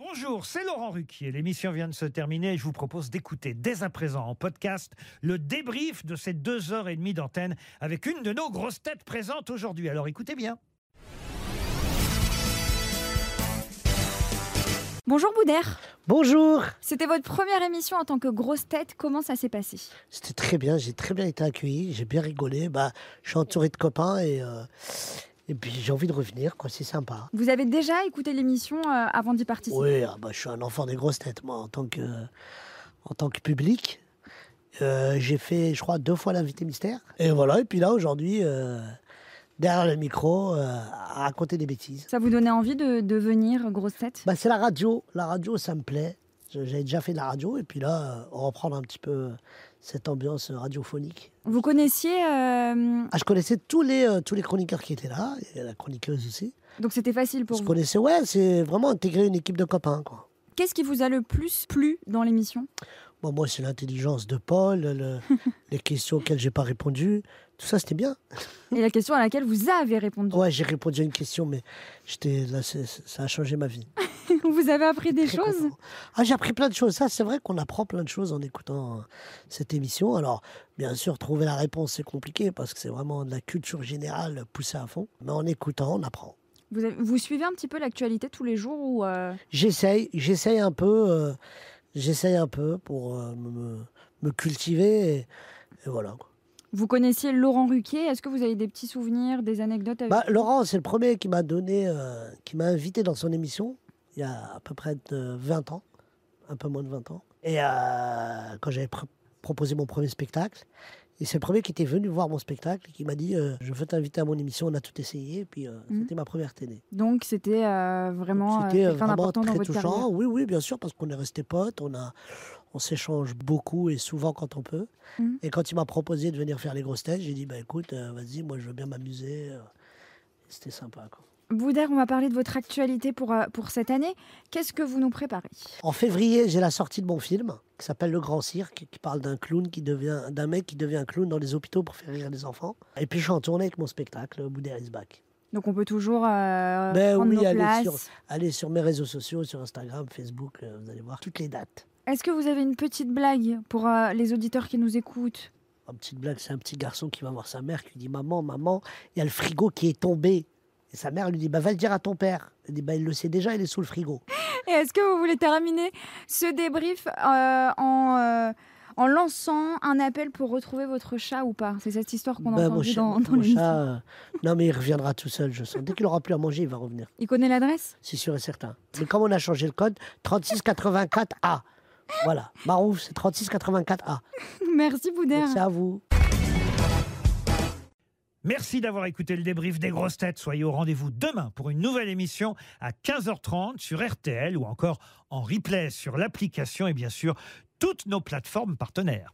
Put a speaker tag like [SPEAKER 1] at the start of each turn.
[SPEAKER 1] Bonjour, c'est Laurent Ruquier. L'émission vient de se terminer et je vous propose d'écouter dès à présent en podcast le débrief de ces deux heures et demie d'antenne avec une de nos grosses têtes présentes aujourd'hui. Alors écoutez bien.
[SPEAKER 2] Bonjour Boudère,
[SPEAKER 3] Bonjour
[SPEAKER 2] c'était votre première émission en tant que grosse tête, comment ça s'est passé
[SPEAKER 3] C'était très bien, j'ai très bien été accueilli, j'ai bien rigolé, bah, je suis entouré de copains et, euh, et puis j'ai envie de revenir, quoi, c'est sympa.
[SPEAKER 2] Vous avez déjà écouté l'émission euh, avant d'y participer
[SPEAKER 3] Oui, ah bah, je suis un enfant des grosses têtes, moi, en tant que, en tant que public. Euh, j'ai fait, je crois, deux fois l'invité mystère. Et voilà, et puis là, aujourd'hui, euh, derrière le micro, euh, à raconter des bêtises.
[SPEAKER 2] Ça vous donnait envie de devenir grosse tête
[SPEAKER 3] Bah, c'est la radio, la radio, ça me plaît. Je- J'avais déjà fait de la radio, et puis là, euh, reprendre un petit peu cette ambiance euh, radiophonique.
[SPEAKER 2] Vous connaissiez, euh,
[SPEAKER 3] Ah, je connaissais tous les, euh, tous les chroniqueurs qui étaient là, et la chroniqueuse aussi.
[SPEAKER 2] donc c'était facile pour
[SPEAKER 3] se
[SPEAKER 2] vous.
[SPEAKER 3] connaissait, ouais, c'est vraiment intégrer une équipe de copains, quoi.
[SPEAKER 2] Qu'est-ce qui vous a le plus plu dans l'émission
[SPEAKER 3] Bon, moi, c'est l'intelligence de Paul, le- les questions auxquelles j'ai pas répondu. Tout ça, c'était bien.
[SPEAKER 2] Et la question à laquelle vous avez répondu.
[SPEAKER 3] Ouais, j'ai répondu à une question, mais j'étais là, c'est- c'est- ça a changé ma vie.
[SPEAKER 2] Vous avez appris des
[SPEAKER 3] Oh. Très
[SPEAKER 2] choses
[SPEAKER 3] content. Ah, j'ai appris plein de choses. Ça, c'est vrai qu'on apprend plein de choses en écoutant euh, cette émission. Alors, bien sûr, trouver la réponse, c'est compliqué parce que c'est vraiment de la culture générale poussée à fond. Mais en écoutant, on apprend.
[SPEAKER 2] vous, avez- vous suivez un petit peu l'actualité tous les jours ou euh,
[SPEAKER 3] J'essaye, j'essaye un peu, euh, j'essaye un peu pour euh, me, me- me cultiver et, et voilà. quoi.
[SPEAKER 2] vous connaissiez Laurent Ruquier Est-ce que vous avez des petits souvenirs, des anecdotes avec-
[SPEAKER 3] Bah, Laurent, c'est le premier qui m'a donné, euh, qui m'a invité dans son émission il y a à peu près de 20 ans, un peu moins de 20 ans. Et euh, quand j'avais pr- proposé mon premier spectacle, et c'est le premier qui était venu voir mon spectacle et qui m'a dit euh, Je veux t'inviter à mon émission, on a tout essayé. Et puis euh,
[SPEAKER 2] Mhm.
[SPEAKER 3] c'était ma première télé.
[SPEAKER 2] Donc c'était euh, vraiment euh,
[SPEAKER 3] C'était euh,
[SPEAKER 2] quelqu'un
[SPEAKER 3] vraiment
[SPEAKER 2] d'important dans
[SPEAKER 3] très
[SPEAKER 2] votre
[SPEAKER 3] touchant.
[SPEAKER 2] carrière.
[SPEAKER 3] Oui, oui, bien sûr, parce qu'on est restés potes, on, a, on s'échange beaucoup et souvent quand on peut.
[SPEAKER 2] Mhm.
[SPEAKER 3] Et quand il m'a proposé de venir faire les grosses têtes, j'ai dit, bah écoute, euh, vas-y, moi je veux bien m'amuser. euh. C'était sympa. quoi.
[SPEAKER 2] Boudère, on va parler de votre actualité pour, euh, pour cette année. Qu'est-ce que vous nous préparez
[SPEAKER 3] En février, j'ai la sortie de mon film qui s'appelle Le Grand Cirque, qui parle d'un clown qui devient, d'un mec qui devient clown dans les hôpitaux pour faire rire les enfants. Et puis je suis en tournée avec mon spectacle, Boudère is back.
[SPEAKER 2] Donc on peut toujours euh,
[SPEAKER 3] Ben
[SPEAKER 2] prendre
[SPEAKER 3] oui,
[SPEAKER 2] nos
[SPEAKER 3] allez
[SPEAKER 2] places.
[SPEAKER 3] sur- Allez sur mes réseaux sociaux, sur Instagram, Facebook, euh, vous allez voir toutes les dates.
[SPEAKER 2] Est-ce que vous avez une petite blague pour euh, les auditeurs qui nous écoutent
[SPEAKER 3] Une Oh, petite blague, c'est un petit garçon qui va voir sa mère qui lui dit Maman, maman, il y a le frigo qui est tombé. Et sa mère lui dit bah, Va le dire à ton père. Il dit bah, Il le sait déjà, il est sous le frigo.
[SPEAKER 2] Et est-ce que vous voulez terminer ce débrief euh, en, euh, en lançant un appel pour retrouver votre chat ou pas C'est cette histoire qu'on a
[SPEAKER 3] Bah, mon
[SPEAKER 2] entendue
[SPEAKER 3] chat-
[SPEAKER 2] dans, dans
[SPEAKER 3] mon
[SPEAKER 2] l'émission.
[SPEAKER 3] chat, euh, non, mais il reviendra tout seul, je sens. Dès qu'il aura plus à manger, il va revenir.
[SPEAKER 2] Il connaît l'adresse
[SPEAKER 3] C'est sûr et certain. Mais comme on a changé le code, 3684A. Voilà. Marouf, c'est 3684A.
[SPEAKER 2] Merci Boudère.
[SPEAKER 3] Merci à vous.
[SPEAKER 1] Merci d'avoir écouté le débrief des grosses têtes. Soyez au rendez-vous demain pour une nouvelle émission à 15h30 sur RTL ou encore en replay sur l'application et bien sûr toutes nos plateformes partenaires.